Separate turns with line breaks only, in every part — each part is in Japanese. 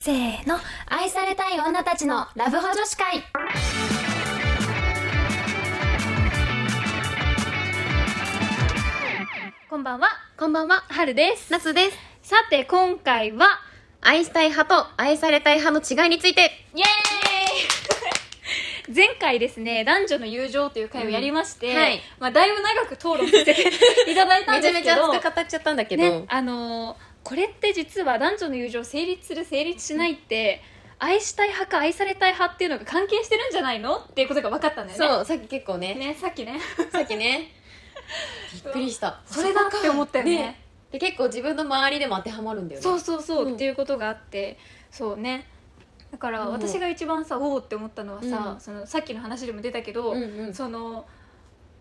せーの愛されたい女たちのラブホ女子会
こんばんは。こんばんは。はるです。
ナスです。
さて、今回は、
愛したい派と愛されたい派の違いについて。
イエーイ 前回ですね、男女の友情という回をやりまして、
うんはい
まあ、だいぶ長く討論させていただいたん
めち
で
ゃ
す
め
け
ちゃ
ど、
熱く語っちゃったんだけど。
ね、あのーこれって実は男女の友情成立する成立しないって、愛したい派か愛されたい派っていうのが関係してるんじゃないのっていうことが分かったんだよね。
そう、さっき結構ね、
ね、さっき ね。
さっきね、びっくり した。
それだって思ったよね
で、結構自分の周りでも当てはまるんだよね。
そうそうそう、
うん
っていうことがあってそうねだから
うん
私が一番さおおって思ったのはさ、
うん
そのさっきの話でも出たけど、
うんうん。
その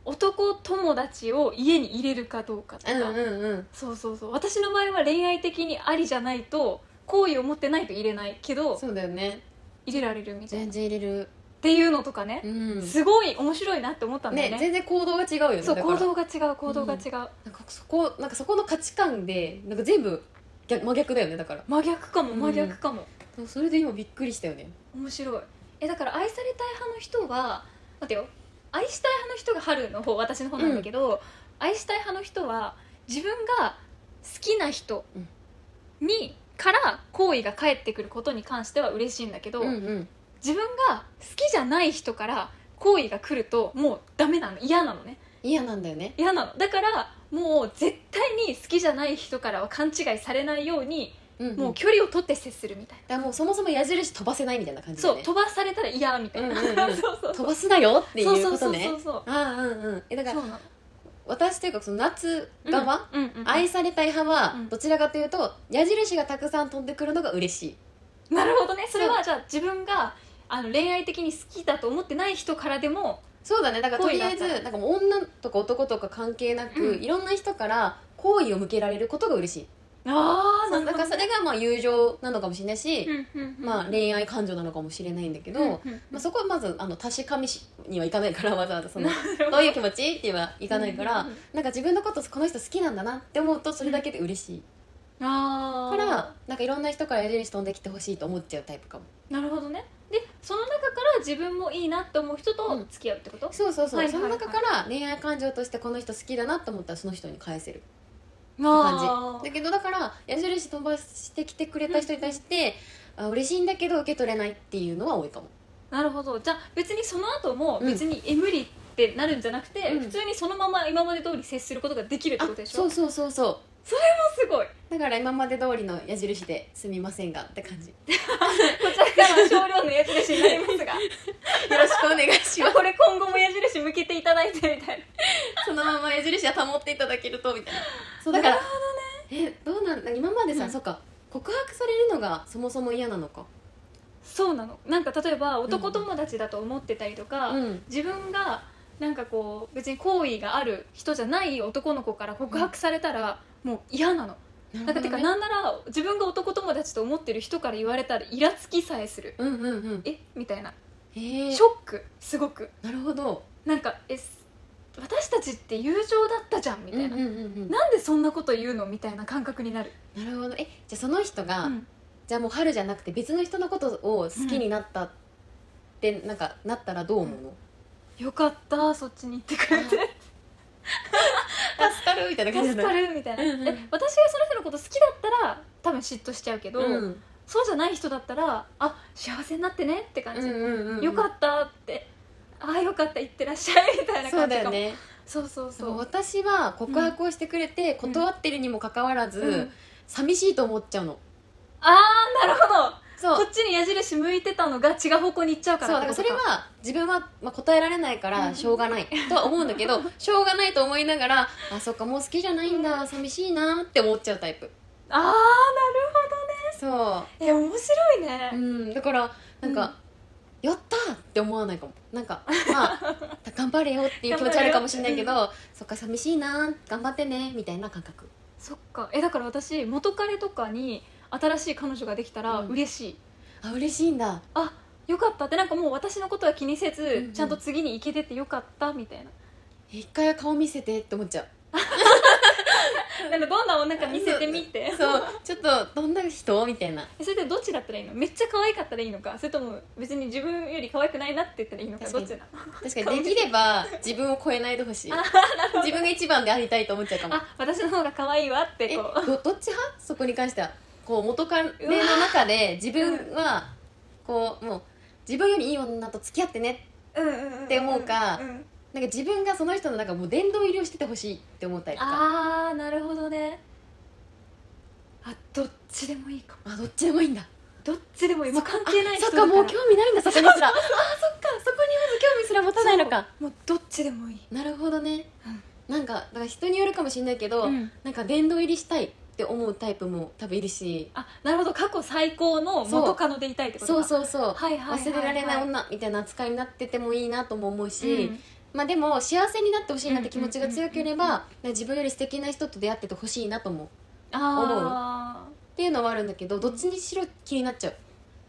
男友達を家に入れるかどうかとか、
うんうんうん。
そうそうそう私の場合は恋愛的にありじゃないと好意を持ってないと入れないけど
そうだよね。
入れられるみたいなっ
全然入れる。
ていうのとかね
う、ん。
すごい面白いなって思ったんだよ
ね
ね、
全然行動が違うよね。
そう
だから
行動が違う行動が違う、
なんかそこ、なんかそこの価値観で、なんか全部逆真逆だよね、だから。
真逆かも
うん
真逆かも、
でもそれで今びっくりしたよね。
面白いえだから愛されたい派の人は待てよ愛したい派の人が春の方私の方なんだけど、愛したい派の人は自分が好きな人
うん
にから好意が返ってくることに関しては嬉しいんだけど、
うん。
自分が好きじゃない人から好意が来るともうダメなの嫌なのね
嫌なんだよね。
嫌なのだからもう絶対に好きじゃない人からは勘違いされないように
うんん
もう距離を取って接するみたいな、
だからもうそもそも矢印飛ばせないみたいな感じだ
そ
よ
う
ね
飛ばされたら嫌みたいな、
うんうんうん
そうそうそう
飛ばすなよっていうことね
そうそうそう
ああうんうんえだか
そう
ら
なの
私というかその夏側、
うんうんうん
愛されたい派は
うん
どちらかというと矢印がたくさん飛んでくるのが嬉しい
なるほどねそれはじゃあ自分があの恋愛的に好きだと思ってない人からでも
そうだねだからとりあえ
恋だっ
ず
た
なんかもう女とか男とか関係なく、
うん
いろんな人から好意を向けられることが嬉しい
あ
そうだからそれがまあ友情なのかもしれないし、まあ、
愛
恋愛感情なのかもしれないんだけど、まあ、そこはまずあの確かめしにはいかないからわざわざその どういう気持ちってはいかないから、
うんうんうん
なんか自分のことこの人好きなんだなって思うとそれだけで嬉しい、
あー
からなんかいろんな人から矢印飛んできてほしいと思っちゃうタイプかも
なるほどねでその中から自分もいいなって思う人
う
と
ん
付き合うってこと、
そうそうそう、
はいはいはい
その中から恋愛感情としてこの人好きだなと思ったらその人に返せるって
あ
感じだけどだから矢印飛ばしてきてくれた人に対して、あ嬉しいんだけど受け取れないっていうのは多いかも
なるほどじゃあ別にその後も
うん
別にえ無理ってなるんじゃなくて、
うん
普通にそのまま今まで通り接することができるって
あ
ことでしょ
そうそうそうそう
すごい
だから今まで通りの矢印ですみませんがって感じよ
こちらからは少量の矢印になりますが
ろしくお願いします
これ今後も矢印向けていただいてみたいな
そのまま矢印は保っていただけるとみたいなそうだから
なる
えどうなんだ今までさ、
うん
そっか告白されるのがそもそも嫌なのか
そうなのなんか例えば男友達だと思ってたりとか、
うん
自分がなんかこう別に好意がある人じゃない男の子から告白されたらもう嫌なの、
な
なんかてかなんなら自分が男友達と思ってる人から言われたらイラつきさえする
うんうんうん
えみたいな
え
シ
ー
ョックすごく
なるほど
なんかえす私たちって友情だったじゃんみたいな、
うんうんうんうんな
なんでそんなこと言うのみたいな感覚になる、
るほどえじゃあその人が、
うん
じゃあもう春じゃなくて別の人のことを好きになったって、なんかなったらどう思うの、
よかったそっちに行ってくれて
助かるみたいな感じ
助かるみたいな、
うんうん
え私がその人のこと好きだったら多分嫉妬しちゃうけど、
うん
そうじゃない人だったらあ幸せになってねって感
う
じ、
んうんうん
よか
た
ったってああよかったいってらっしゃいみたいな
そう
感じ
だ
かも
よね
そうそう
そ
そうう
私は告白をしてくれて
うん
断ってるにもかかわらず、
うん
寂しいと思っちゃうの
ああなるほ
そう
どこっちに矢印向いてたのが違う方向に行っちゃうか
そう
ら
だからそれは自分は、まあ、答えられないか
う
ら
ん
しょうがないとは思うんだ けどしょうがないと思いながらあそっかもう好きじゃないんだ寂しいなって思っちゃうタイプ
ああーなる
そ
ほどえ面白いね
う、うん、だからなんか、やったって思わないかもなん かまあ頑張れよっていう気持ちあるかもしれないけどそっか寂しいな頑張ってねみたいな感覚
そっかえだから私元彼とかに新しい彼女ができたら
うん
嬉しい、
あ嬉しいんだ
あよかったってなんかもう私のことは気にせず、
うんうん
ちゃんと次に行けててよかったみたいな
一回は顔見せてって思っちゃう
なんでどんな女か見せてみて
そうちょっとどんな人みたいな
それでどっちだったらいいのめっちゃ可愛かったらいいのかそれとも別に自分より可愛くないなって言ったらいいのかど
確か
っ
に
ちなの
確かにできれば自分を超えないでほしい自分が一番でありたいと思っちゃうかも
あ私の方が可愛いわって
え
こ
ど
う
どっち派そこに関してはこう元カレの中で自分はこうもう自分よりいい女と付き合ってね
うんうんうん
って思うか
ん
なんか自分がその人のなんかもう殿堂入りをしててほしいって思ったりとか
あーなるほどねあどっちでもいいかも
あどっちでもいいんだ
どっちでもいいもう関係ない
あ
人
そっかもう
日
興味ないんだそこにすら あそっかそこにまず興味すら持たないのか
もうどっちでもいい
なるほどね、なんかだから人によるかもしれないけど、
うん
なんか殿堂入りしたいって思うタイプも多分いるし
あなるほど過去最高の元カノでいたいってこと
そう
う
そうそう、
はいはいはいはい
忘れられない女みたいな扱いになっててもいいなとも思うし、
うん
まあでも幸せになってほしいなって気持ちが強ければ、
うんうん
なんか自分より素敵な人と出会っててほしいなと思うっ
あ
ていうのはあるんだけどどっちにしろ気になっちゃう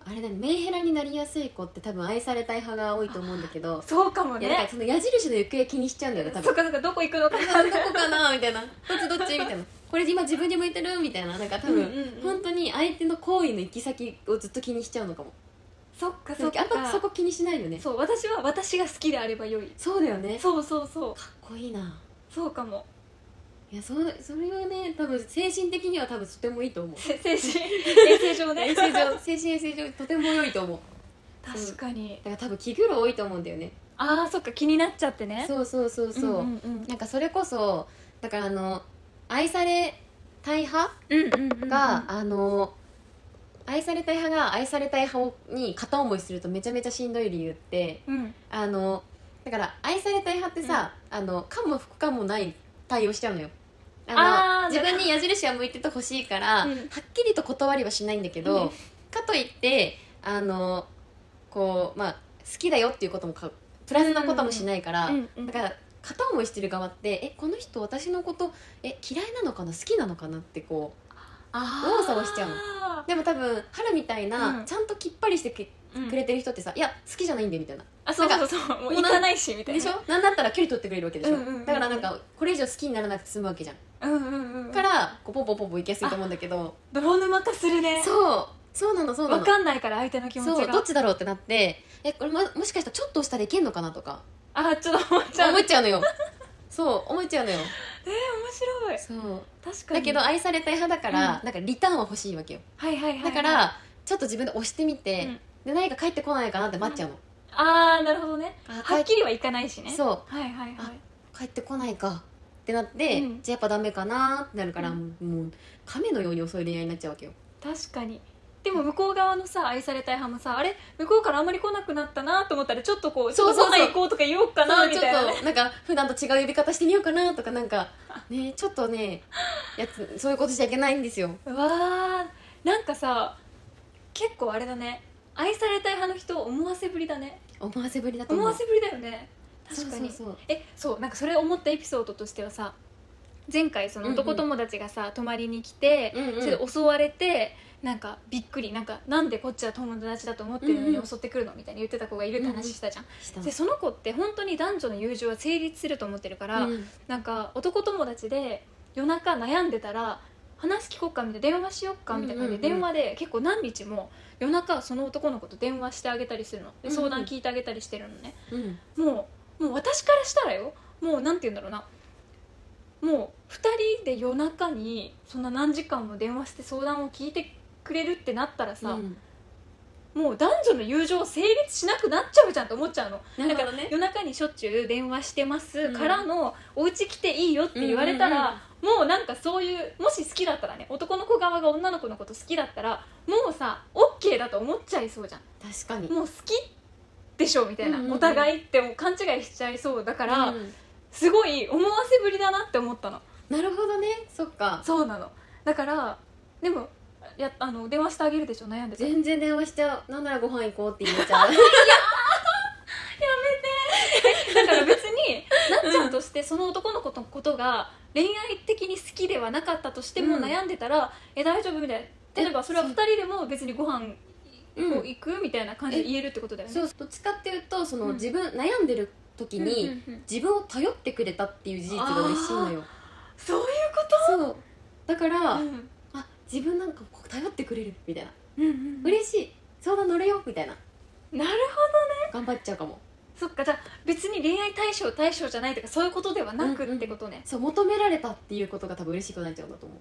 あれだねメンヘラになりやすい子って多分愛されたい派が多いと思うんだけど
あそうかも
いやだから
ね
その矢印の行方気にしちゃうんだよね
そ
多
っ
分
かそっかどこ行くのか
あどこかなみたいなどっちどっちみたいなこれ今自分に向いてるみたいななんか多分、
うんうんうん
本当に相手の行為の行き先をずっと気にしちゃうのかも
そっか
あ
そ
ん
っか
まそこ気にしないよね
そう私は私が好きであればよい
そうだよねかっ
そうそうそう
こいいな
そうかも
いやそそれはね多分精神的には多分とてもいいと思う
せ精神衛生上ね
衛生上 精神衛生上とても良いと思う
確かに
だから多分気苦労多いと思うんだよね
ああそっか気になっちゃってね
そうそうそうそう、
うんうん
なんかそれこそだからあの愛されたい派
うんうんうんうん
が、あの愛されたい派が愛されたい派に片思いするとめちゃめちゃしんどい理由って
うん
あのだから愛されたい派ってさ、あのかも不可もない対応しちゃうのよあの
あー
自分に矢印が向いててほしいから、
うん
はっきりと断りはしないんだけど、
うん
かといってあのこうまあ好きだよっていうこともかプラスのこともしないから、
うんうん
だから片思いしてる側ってえこの人私のことえ嫌いなのかな好きなのかなってこう
あ
右往左往しちゃうのでも多分春みたいな、
うん
ちゃんときっぱりしてく
うん
くれてる人ってさ、いや好きじゃないんでみたいな
あそう
なん
そ
か
うそうもう行かないしみたい
で
な
しょなんだったら距離取ってくれるわけでしょ、
うんうんうん
だからなんかこれ以上好きにならなくて済むわけじゃん、
うんうんうん
からこうポンポンポンポンいきやすいと思うんだけど
泥沼化するね
そうそうなのそうな
わ
の
かんないから相手の気持
そ
ち
うど
が
っちだろうってなってえこれももしかしたらちょっと押したらいけんのかなとか
あちょっと思っちゃう
思っちゃうのよそう思っちゃうのよ
面白い
そう
確かに
だけど愛されたい派だから、
う
なんかリターンは欲しいわけよ
はいはいはいは
だ
い
から、ちょっと自分で押してみて、
うん
で何か返ってこないかなって待っちゃうの、
ああなるほどね
あ
はっきりはいかないしね
そう
はいはいはい
帰ってこないかってなって、
うん
じゃあやっぱダメかなってなるから、
う
もうもう亀のように遅い恋愛になっちゃうわけよ
確かにでも向こう側のさ愛されたい派もさあれ向こうからあんまり来なくなったなと思ったらちょっとこう
そうそうそう
ちょっとご飯行こうとか言おうかな
そう
み
ちょ
たいなね
っとなんか普段と違う呼び方してみようかなとかなんかねちょっとねやつそういうことしちゃいけないんですよ
うわーなんかさ結構あれだね愛されたい派の人思わせぶりだね
思わせぶりだと思
思
う
わせぶりだよね確かに
そうそうそう
えそうなんかそれ思ったエピソードとしてはさ前回その男友達がさ、泊まりに来て、
うんうん
それで襲われてなんかびっくりなんかなんでこっちは友達だと思ってるの
うんう
に
ん
襲ってくるのみたいに言ってた子がいるって話したじゃん、
した
でその子って本当に男女の友情は成立すると思ってるから、
うん
なんか男友達で夜中悩んでたら話聞こっかみたいな電話しよっかみたいな感じで
うんうん
電
うん
話で結構何日も夜中その男の子と電話してあげたりするので
うんうん
相談聞いてあげたりしてるのね
うん
もうもう私からしたらよもうなんて言うんだろうなもう2人で夜中にそんな何時間も電話して相談を聞いてくれるってなったらさ、
うん
もう男女の友情成立しなくなっちゃうじゃんと思っちゃうの
な
だ
るほ
か
ど
ら
ね
夜中にしょっちゅう電話してます、
うん
からのお家来ていいよって言われたら、もうなんかそういうもし好きだったらね男の子側が女の子のこと好きだったらもうさ OK だと思っちゃいそうじゃん
確かに
もう好きでしょみたいな、
うんうんうん
お互いってもう勘違いしちゃいそうだから、
うん
すごい思わせぶりだなって思ったの
なるほどねそっか
そうなのだからでもやあの電話してあげるでしょ悩んでたら
全然電話しちゃうなんならご飯行こうって言っち ゃう
だから別になっちゃんとしてその男の子のことが恋愛的に好きではなかったとしても
うん
悩んでたら、え大丈夫みたいな例えばそれは
そう
2人でも別にご飯
うん
を行く、みたいな感じで言えるってことだよね
そうどっちかっていうとその、
うん
自分悩んでる時に、
うんうんうん
自分を頼ってくれたっていう事実が嬉しいのよ
そういうこ
そうだから、
うん
あ自分なんかこう頼ってくれるみたいな
うんうん、
嬉しい相談乗れよみたいな
なるほど
頑張っちゃうかも
そっかじゃあ別に恋愛対象対象じゃないとかそういうことではなくってことね、
そう求められたっていうことが多分嬉しくなっちゃうんだと思う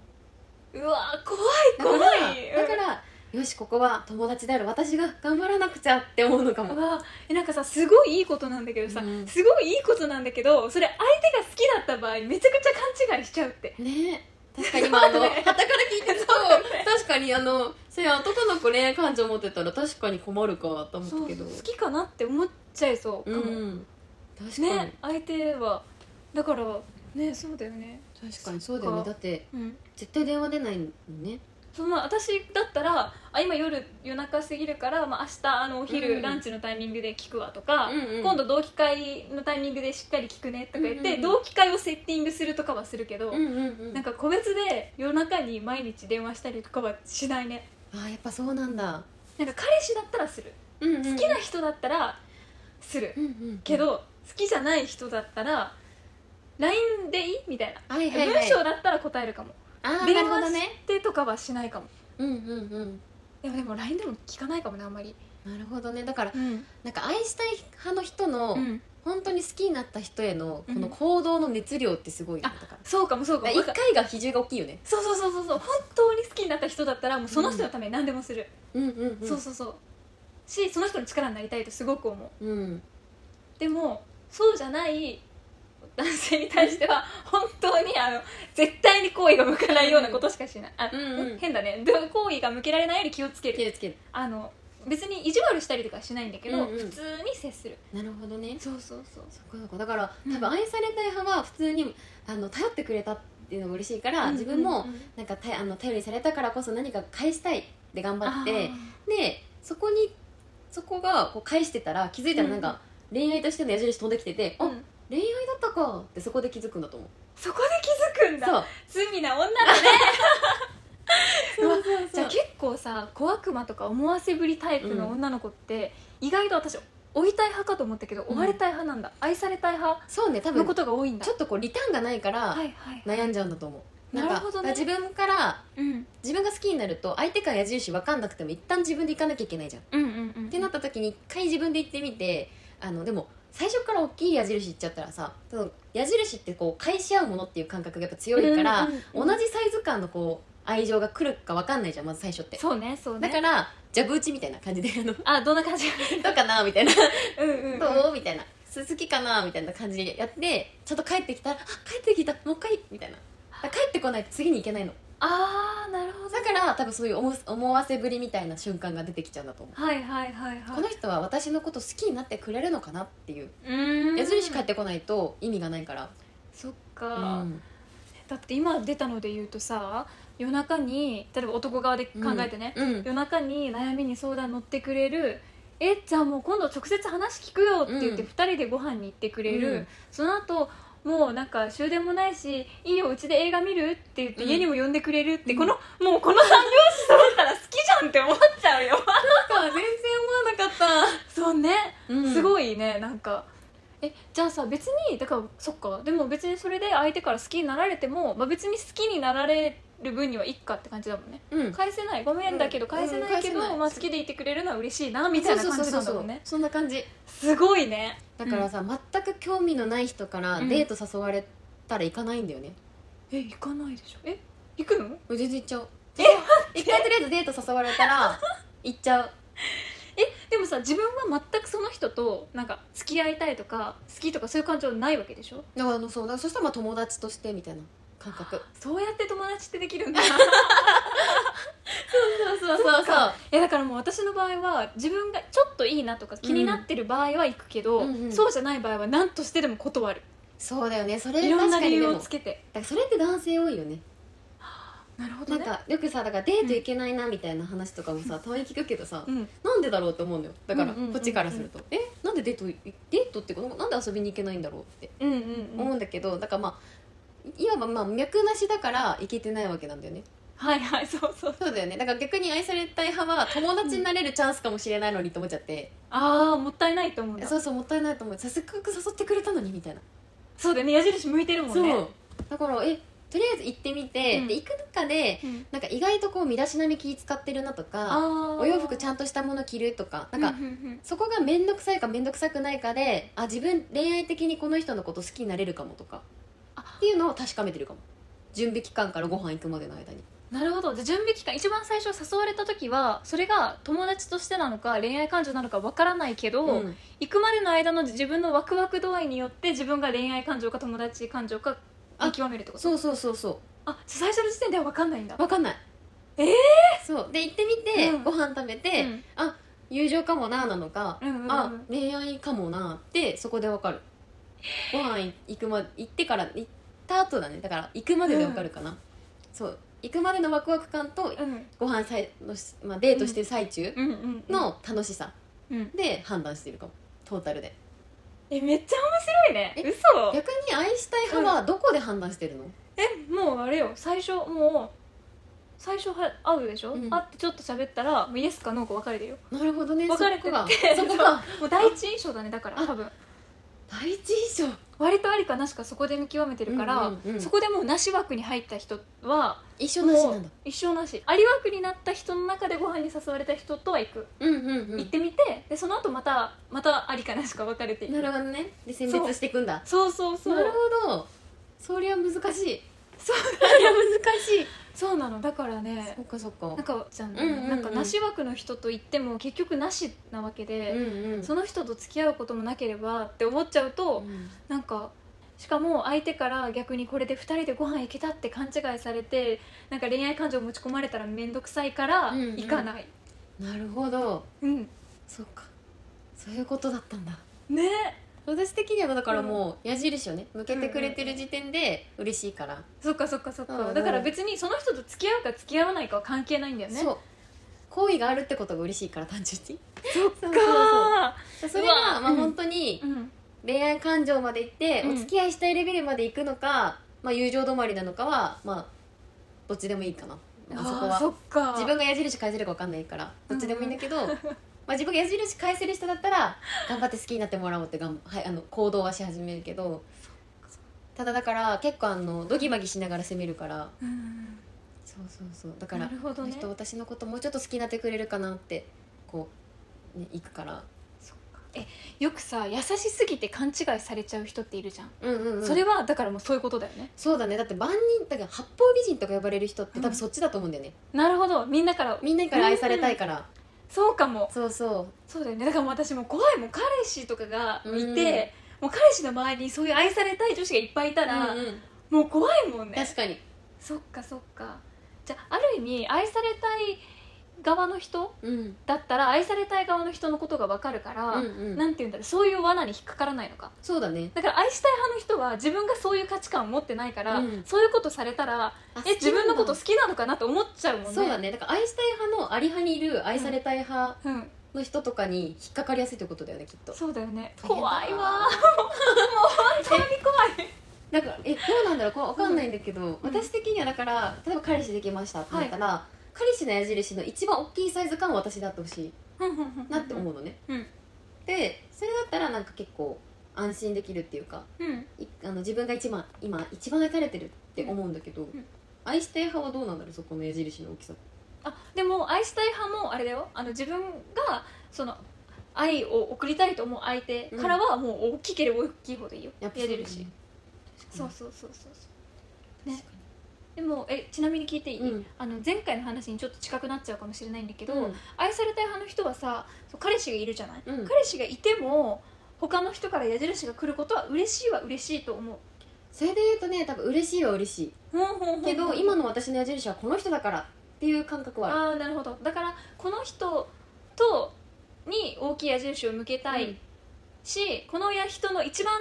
うわー怖
だから
い怖い
だからよしここは友達である私が頑張らなくちゃって思うのかも
うわえなんかさすごいいいことなんだけどさ、
うん
すごいいいことなんだけどそれ相手が好きだった場合めちゃくちゃ勘違いしちゃうって
ね確かに今あ
そ
の
うだ
傍
ね
から聞いてると
そうだね
確かにあのそれ男の子恋愛感情持ってたら確かに困るかと思
そ
っ
う
たけど
好きかなって思っちゃいそうかも、
うん確かに、
ね相手はだからねそうだよね
確かにそうだよ
そ
ね
っか
だって
うん
絶対電話出ないのね
その私だったらあ今夜夜中過ぎるから、まあ、明日あのお昼、
うん
ランチのタイミングで聞くわとか、
うんうん
今度同期会のタイミングでしっかり聞くねとか言って、
うんうんうん
同期会をセッティングするとかはするけど、
うんうんうん
なんか個別で夜中に毎日電話したりとかはしないね
あーやっぱそうなんだ、
なんか彼氏だったらする
うん
好きな人だったらする、
うんうん
けど好きじゃない人だったら LINE でいいみたいな、
はいはいはい
文章だったら答えるかも
あーな
電
るほど
話し
ね
てとかはしないかも
うんうんうん
でもでも LINE でも聞かないかもねあんまり
なるほどねだから
うん、
なんか愛したい派の人の、
うん、
本当に好きになった人へのこ
う
の
ん
行動の熱量ってすごいよね、
あ
だから
そうかもそうかも
一回が比重が大きいよね
そうそうそうそうそう本当に好きになった人だったらもうその人のために何でもする、
うんうん
そうそうそうしその人の力になりたいとすごく思う
うん
でもそうじゃない男性に対しては本当にあの絶対に好意が向かないようなことしかしないあ、
うんうん
変だねでも好意が向けられないように気をつけ
つけ
る
るつける
あの別に意地悪したりとかはしないんだけど、
うんうん
普通に接する
なるほどね
そうそうそう
そこそこだから
うん
多分愛されたい派は普通にあの頼ってくれたっていうのが嬉しいから、自分もなんかたあの頼りされたからこそ何か返したいで頑張ってでそこにそこがこう返してたら気づいたらなんか、恋愛としての矢印飛んできてて、
う
あ
ん
恋愛だったかってそこで気づくんだと思う
そこで気づくんだ
そう
罪な女だね
そうそうそう
じゃあ結構さ小悪魔とか思わせぶりタイプの女の子って、意外と私追いたい派かと思ったけど
ん
追われたい派なんだ、愛されたい派
そうね多
の
分
ことが多いんだ
ちょっとこうリターンがないから
はいはい
悩んじゃうんだと思う、んか
なるほどね
だから自分から
うん
自分が好きになると相手から矢印分かんなくても一旦自分で行かなきゃいけないじゃん、
うんうんうん
ってなった時に一回自分で行ってみてあのでも最初から大きい矢印行っちゃったらさその矢印ってこう返し合うものっていう感覚がやっぱ強いから、
うんうんうん
同じサイズ感のこう愛情が来るか分かんないじゃんまず最初って
そうねそうね
だからジャブ打ちみたいな感じであのど
あどんな感じ
うかなみたいな
うんうんうん
どうみたいな好きかなみたいな感じでやってちゃんと帰ってきたらあ帰ってきたもう一回みたいなだから帰ってこないと次に行けないの
ああなるほど
だから多分そういう思わ思わせぶりみたいな瞬間が出てきちゃうんだと思う、
はいはいはいはい
この人は私のこと好きになってくれるのかなっていう
うーん
矢印帰ってこないと意味がないから、
そっ
う
か、
ん
だって今出たので言うとさ夜中に例えば男側で考えてね、
うん
夜中に悩みに相談乗ってくれるえじゃあもう今度直接話聞くよって言って
うん
2人でご飯に行ってくれる、
うん
その後もうなんか終電もないしいいようちで映画見るって言って
うん
家にも呼んでくれるって、
うん
このもうこの三拍子揃ったら好きじゃんって思っちゃうよ
全然思わなかっ
そうね、
た、うん、
す
い
ごいねなんかえじゃあさ別にだからそっかでも別にそれで相手から好きになられても、まあ、別に好きになられる分にはいっかって感じだもんね
うん
返せないごめんだけど返せないけど、
うん返せない
まあ、好きでいてくれるのは嬉しいなみたいな感じなんだもんね
そうそうそうそうそんな感じ
すごいね
だからさ、全く興味のない人からデート誘われたら行かないんだよね、
え行かないでしょえ行くの
全然行っち ゃう一回とりあえずデート誘われたら行っちゃう
えでもさ自分は全くその人となんか付き合いたいとか好きとかそういう感情ないわけでしょ
だからあのそうだからそしたらまあ友達としてみたいな感覚
そうやって友達ってできるんだ
そうそう そうそう
えだからもう私の場合は自分がちょっといいなとか気になってる場合は行くけど、
うんうんうん
そうじゃない場合は何としてでも断る
そうだよねそれ
いろん
確
な
か
理
にで
由
も
を
だ
つけて
からそれって男性多いよね
なるほ
な
ど
ん
ね
かよくさだからデート行けないなみたいな話とかもさたまに聞くけどさ
うん、
なんでだろうって思うんだよだから
うんうんうんうん
こっちからするとえなんでデートいデートってこのなんで遊びに行けないんだろうって
うんうんうん
思うんだけどだからまあいわばまあ脈なしだから行けてないわけなんだよね
はいはいそうそう
そうだよねだから逆に愛されたい派は友達になれるチャンスかもしれないのにって思っちゃって、
ああもったいないと思うんだ
そうそうもったいないと思うさせっかく誘ってくれたのにみたいな
そうだよね矢印向いてるもんね
だからえとりあえず行ってみて、
うん
で行く中で
うん
なんか意外とこう身だしなみ気使ってるなとか
あ
お洋服ち
ゃ
ゃんとしたもの着るとかなん
な
か、
んか、うんうん
そこが面倒くさいか面倒くさくないかであ自分恋愛的にこの人のこと好きになれるかもとか
あ
っていうのを確かめてるかも準備期間からご飯行くまでの間に
うんなるほどじゃあ準備期間一番最初誘われた時はそれが友達としてなのか恋愛感情なのかわからないけど、
うん
行くまでの間の自分のワクワク度合いによって自分が恋愛感情か友達感情か見極めるってこと
そうそうそうそ
あじゃあ最初の時点では分かんないんだ
う分かんない
えー
そうで行ってみて、
うん
ご飯食べて、
うん
友情かもななのか、
うんうんうん
あ恋愛かもなってそこで分かるご飯行くま行ってから行った後だねだから行くまでで分かるかな、そう行くまでのワクワク感と
うん
ご飯さいのし、まあ、デートしてる最中
うんうんうん
の楽しさ
うん
で判断してるかもトータルで
えめっちゃ面白いね
え
嘘
逆に愛したい派はどこで判断してるの、
えもうあれよ最初もう最初は会うでしょ、
うん
会ってちょっと喋ったらもうイエスかノーか分かれてるよ
なるほどね
分かれて
そこが
て
そ こが
もう第一印象だねだから
あ
多分
第一印象
割とありかなしかそこで見極めてるから、
うんうんうん
そこでもうなし枠に入った人は
一緒
も
なしな
うん
だ
一生なしあり枠になった人の中でご飯に誘われた人とは行く、
うんうんう
行ってみてでその後またまたありかなしか分かれていく
なるほどねで選別していくんだ
そうそうそう
なるほどそりゃ難しい
そう
そりゃ難しい
そうなのだからね
そっかそっか
なんかじゃん、
うんうんうん
なんかなし枠の人と言っても結局なしなわけ
うん
で、
うん
その人と付き合うこともなければって思っちゃうと、
うん
なんかしかも相手から逆にこれで2人でご飯行けたって勘違いされてなんか恋愛感情持ち込まれたら面倒くさいから
うんうん
行かない、
なるほど
うん
そっかそういうことだったんだ
ね
私的にはだからもう矢印をね向けてくれてる時点で嬉しいから、
そっかそっかそっか、
うんうん
だから別にその人と付き合うか付き合わないかは関係ないんだよね
そう好意があるってことが嬉しいから単純に
そっか
そ
ー
うそうそれ
うわ
がまあ
うん
本当に
うん
恋愛感情まで行って、
うん
お付き合いしたいレベルまで行くのか、まあ、友情止まりなのかはまあどっちでもいいかな、まあそこ
あーそ
は
っか
自分が矢印返せるか分かんないからどっちでもいいんだけど、まあ自分が矢印返せる人だったら頑張って好きになってもらおうってがん、はい、あの行動はし始めるけどただだから結構あのドギマギしながら攻めるから
うん
そうそうそうだから
なるほど
この
ね
人私のこともうちょっと好きになってくれるかなってこう、ね、行くから、
よくさ優しすぎて勘違いされちゃう人っているじゃん、
うんうんうん、
それはだからもうそういうことだよね
そうだねだって万人だから八方美人とか呼ばれる人って
う
多
ん
分そっちだと思うんだよね、
なるほどみんなから
みんなから愛されたいから、
そうかも
そうそ、
そうだよねだからもう私もう怖いもう彼氏とかがいて、もう彼氏の周りにそういう愛されたい女子がいっぱいいうたら、もう怖いもんね
確かに
そっかそっかじゃあある意味愛されたい側の人
うん
だったら愛されたい側の人のことが分かるから、
うんうん
なんて言うんだろうそういう罠に引っかからないのか
そうだね
だから愛したい派の人は自分がそういう価値観を持ってないから、
うん
そういうことされたら
あ
え自分のこと
好
好きなのかなと思っちゃう
き
もんね
そうだねだから愛したい派のあり派にいる愛されたい派
うん、
の人とかに引っかかりやすいってことだよねきっと
そうだよね
大変だ
怖いわーもう本当に怖い
だからえどうなんだろうこれ分かんないんだけど、私的にはだから例えば彼氏できましたってなったら、彼氏の矢印の一番大きいサイズ感は私であってほしい なって思うのね、
うん
でそれだったらなんか結構安心できるっていうか
うん
いあの自分が一番今一番愛されてるって思うんだけど、
ん
愛して派はどうなんだろうそこの矢印の大きさ
あでも愛したい派もあれだよあの自分がその愛を送りたいと思う相手からはもう大きければ大きいほどいいよ
やっぱ
やれるしそうそうそうそうそうねでもえちなみに聞いていい、
うん
あの前回の話にちょっと近くなっちゃうかもしれないんだけど、
うん
愛されたい派の人はさそう彼氏がいるじゃない、
うん
彼氏がいても他の人から矢印が来ることは嬉しいは嬉しいと思う
それで言うとね多分嬉しいは嬉しいけ
け
ど
ど今
今の私の矢印はこの人だからっていう感覚はある
ああなるほどだからこの人とに大きい矢印を向けた
うん
いし、このや人の一番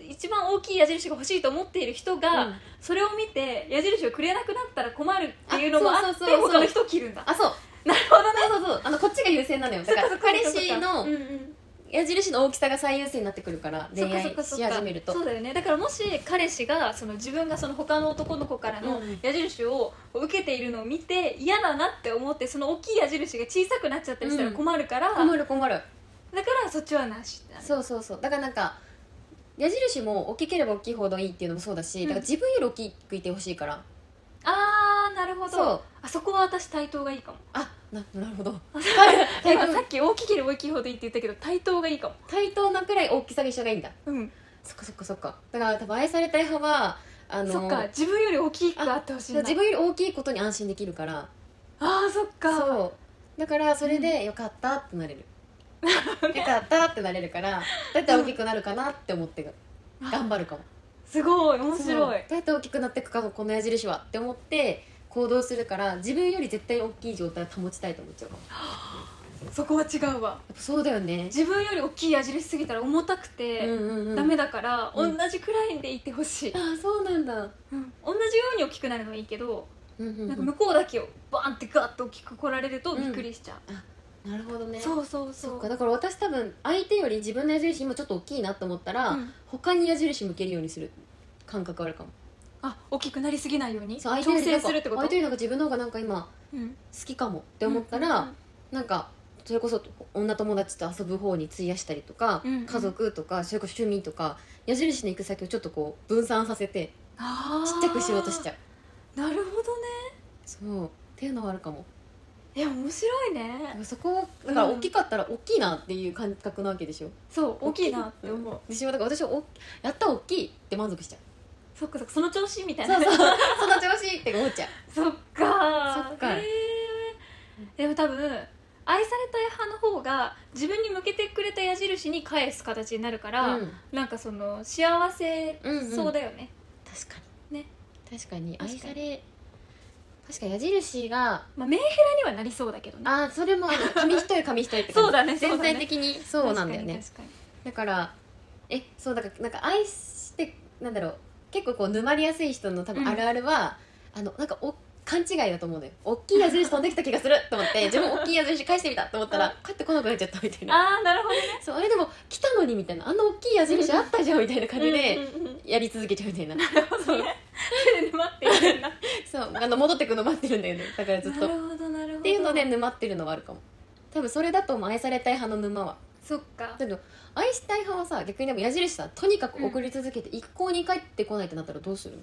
一番大きい矢印が欲しいと思っている人が、
うん
それを見て矢印をくれなくなったら困るっていうのもあ
あ
って
そうそうそうそう
他の人を切るんだ
あそう
なるほどね
そうそうそうあのこっちが優先なのよだから彼氏の
うんうん
矢印の大きさが最優先になってくるから
そっ
恋
かそ
愛
っかそっ
し
か
始めると
そうだよねだからもし彼氏がその自分がその他の男の子からの
うん
矢印を受けているのを見て嫌だなって思ってその大きい矢印が小さくなっちゃったりしたら困るから、
困る困る
だからそっちはなしってなる
そうそうそうだからなんか矢印も大きければ大きいほどいいっていうのもそうだし、
うん
だから自分より大きくいてほしいから
あーなるほ
そ
ど
う
あそこは私対等がいいかも
あななるほど
な
対
ん
等
かさっき大きければ大きいほどいいって言ったけど対等がいいかも
対等なくらい大きさが一緒がいいんだ
うん
そっかそっかそっかだから多分愛されたい派はあの
そっか自分より大きくあってほしいんだ
自分より大きいことに安心できるから
あーそっか
そうだからそれでよかったってなれる、よかったってなれるからどうやったら大きくなるかなって思って頑張るかも
すごい面
そうどう
白
や
い
って大きくなっていくかこの矢印はって思って行動するから自分より絶対大きい状態を保ちたいと思っちゃうかもや
そこは違うわ
っぱそうだよね
自分より大きい矢印すぎたら重たく
うん
て
うんうん
ダメだから同
うん
じくらいでいてほしい
ああそうなんだ
うん同じように大きくなるのはいいけど
うんうんうん
なんか向こうだけをバーンってガッと大きく来られると
うん
びっくりしちゃ
なるほど
う
ね
そうそうそ
そうっかだから私多分相手より自分の矢印今ちょっと大きいなと思ったら、
うん
他に矢印向けるようにする感覚あるかも
あ大きくなりすぎないように
そ
調
う相手より
整
なんか
するってこと
相手よりなんか自分の方がなんか今
うん
好きかもって思ったら、
うんうん
なんかそれこそ女友達と遊ぶ方に費やしたりとか、
うんうん
家族とかそれこそ趣味とか矢印の行く先をちょっとこう分散させて
あー
ちっちゃくしようとしちゃう
なるほどね
そうっていうのはあるかも
いや面白いね
だからそこをだから大きかったら大きいなっていう感覚なわけでしょ
そう大きいなって思う、
私はだから私はおやった大きいって満足しちゃう
そっかそっかその調子みたい
そ
な
うそうその調子って思っちゃう
そっか
そっか
へーでも多分愛されたい派の方が自分に向けてくれた矢印に返す形になるから、
うん
なんかその幸せ
うんうん
そうだよね、
確かに
ね
確か
確
に
か
愛
に
され確かに矢印が
まあ、メンヘラにはなりそうだけどね
あーそれ もある紙一重紙一重って感じ
そうだねそう
全
だね
体的にそうなんだよね
確かに
だからえそうだからなんか愛してなんだろう結構こう沼りやすい人の多
う
分
ん
あるあるは、あのなんかお勘違いだと思うのよ大きい矢印飛んできた気がすると思 って自分大きい矢印返してみたと思ったら帰ってこなくなっちゃったみたい
確かに
な
ああなるほどね
そうあれでも来たのにみたいなあの大きい矢印あったじゃんみたいな感じで
うんうんうん
やり続けちゃうみたいな
なるほどね手で待ってるんだ な
そうあの戻ってくの待ってるんだよねだ からずっと
る
っ
ほどなるほどって
いうので沼ってるのはあるかも多分それだともう愛されたい派の沼は
そっか
だけど愛したい派はさ逆にでも矢印さとにかく送り続けて一向に帰ってこないってなったらどうするの、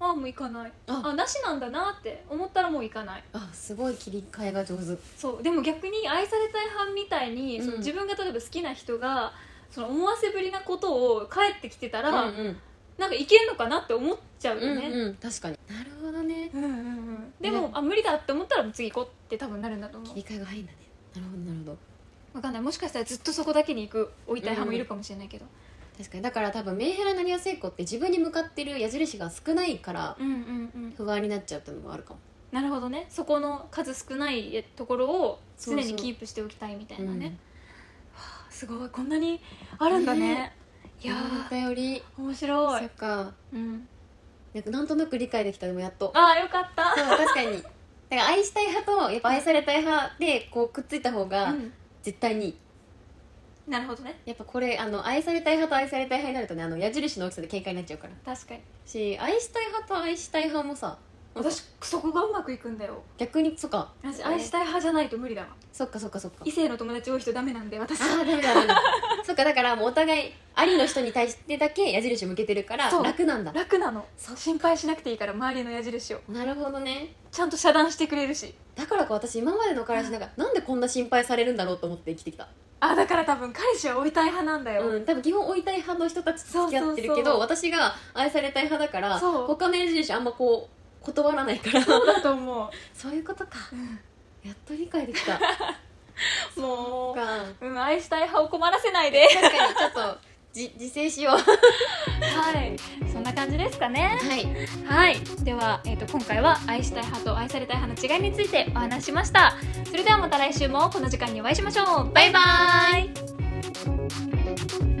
ああもう行かない
あ
あなしなんだなって思ったらもう行かない
あすごい切り替えが上手
そうでも逆に愛されたい派みたいに、その
うん
自分が例えば好きな人がその思わせぶりなことを帰ってきてたら、
うんうん
なんかいけんのかなって思っちゃう
う
よ
ん
ね、
うん確かになるほどね
うんうんうんでも、あ無理だって思ったら次行こうって多分なるんだと思
切
う
り替えが早いんだねなるほどなるほど
分かんないもしかしたらずっとそこだけに行く追いたい派もいるかもしれないけど、
確かにだから多分メンヘラになりやすい子って自分に向かってる矢印が少ないから
うん、うんうん
不安になっちゃうっていうのもあるかも、
なるほどねそこの数少ないところを常
そうそ
に
う
キープしておきたいみたいうなね
ん、
すごいこんなにあるんだね
ね
いや
思ったより
ー面
そ
白い
っ、か
うん、
なんかなんとなく理解できたでもやっと
ああよかった
そう確かにだから愛したい派とやっぱ愛されたい派でこうくっついた方が
うん
絶対にいい、
なるほどね
やっぱこれあの愛されたい派と愛されたい派になるとねあの矢印の大きさで喧嘩になっちゃうから
確かに
し愛したい派と愛したい派もさ
私そこがうまくいくんだよ
逆にそっか
私愛したい派じゃないと無理だわ
そっかそっかそっか
異性の友達多い人ダメなんで私
ああダメだダメ だそっかだからもうお互いありの人に対してだけ矢印向けてるから
そう
楽なんだ
楽なの
そ
心配しなくていいから周りの矢印を
なるほどね
ちゃんと遮断してくれるし
だからか私今までの彼氏なんかなんでこんな心配されるんだろうと思って生きてきた
あだから多分彼氏は追いたい派なんだよ、
うん、多分基本追いたい派の人たちと付き合ってるけど
そうそうそう
私が愛されたい派だから
そう
他の矢印あんまこう断らないから
そうだと 思
そういうことか
う、
やっと理解でき た
も
そうか
う、うん、愛したい派を困らせないで
確かにちょっとじ自制しよう
はいそんな感じですかね
は
は
い
いでは、えー、と今回は愛したい派と愛されたい派の違いについてお話ししましたそれではまた来週もこの時間にお会いしましょうバイバイ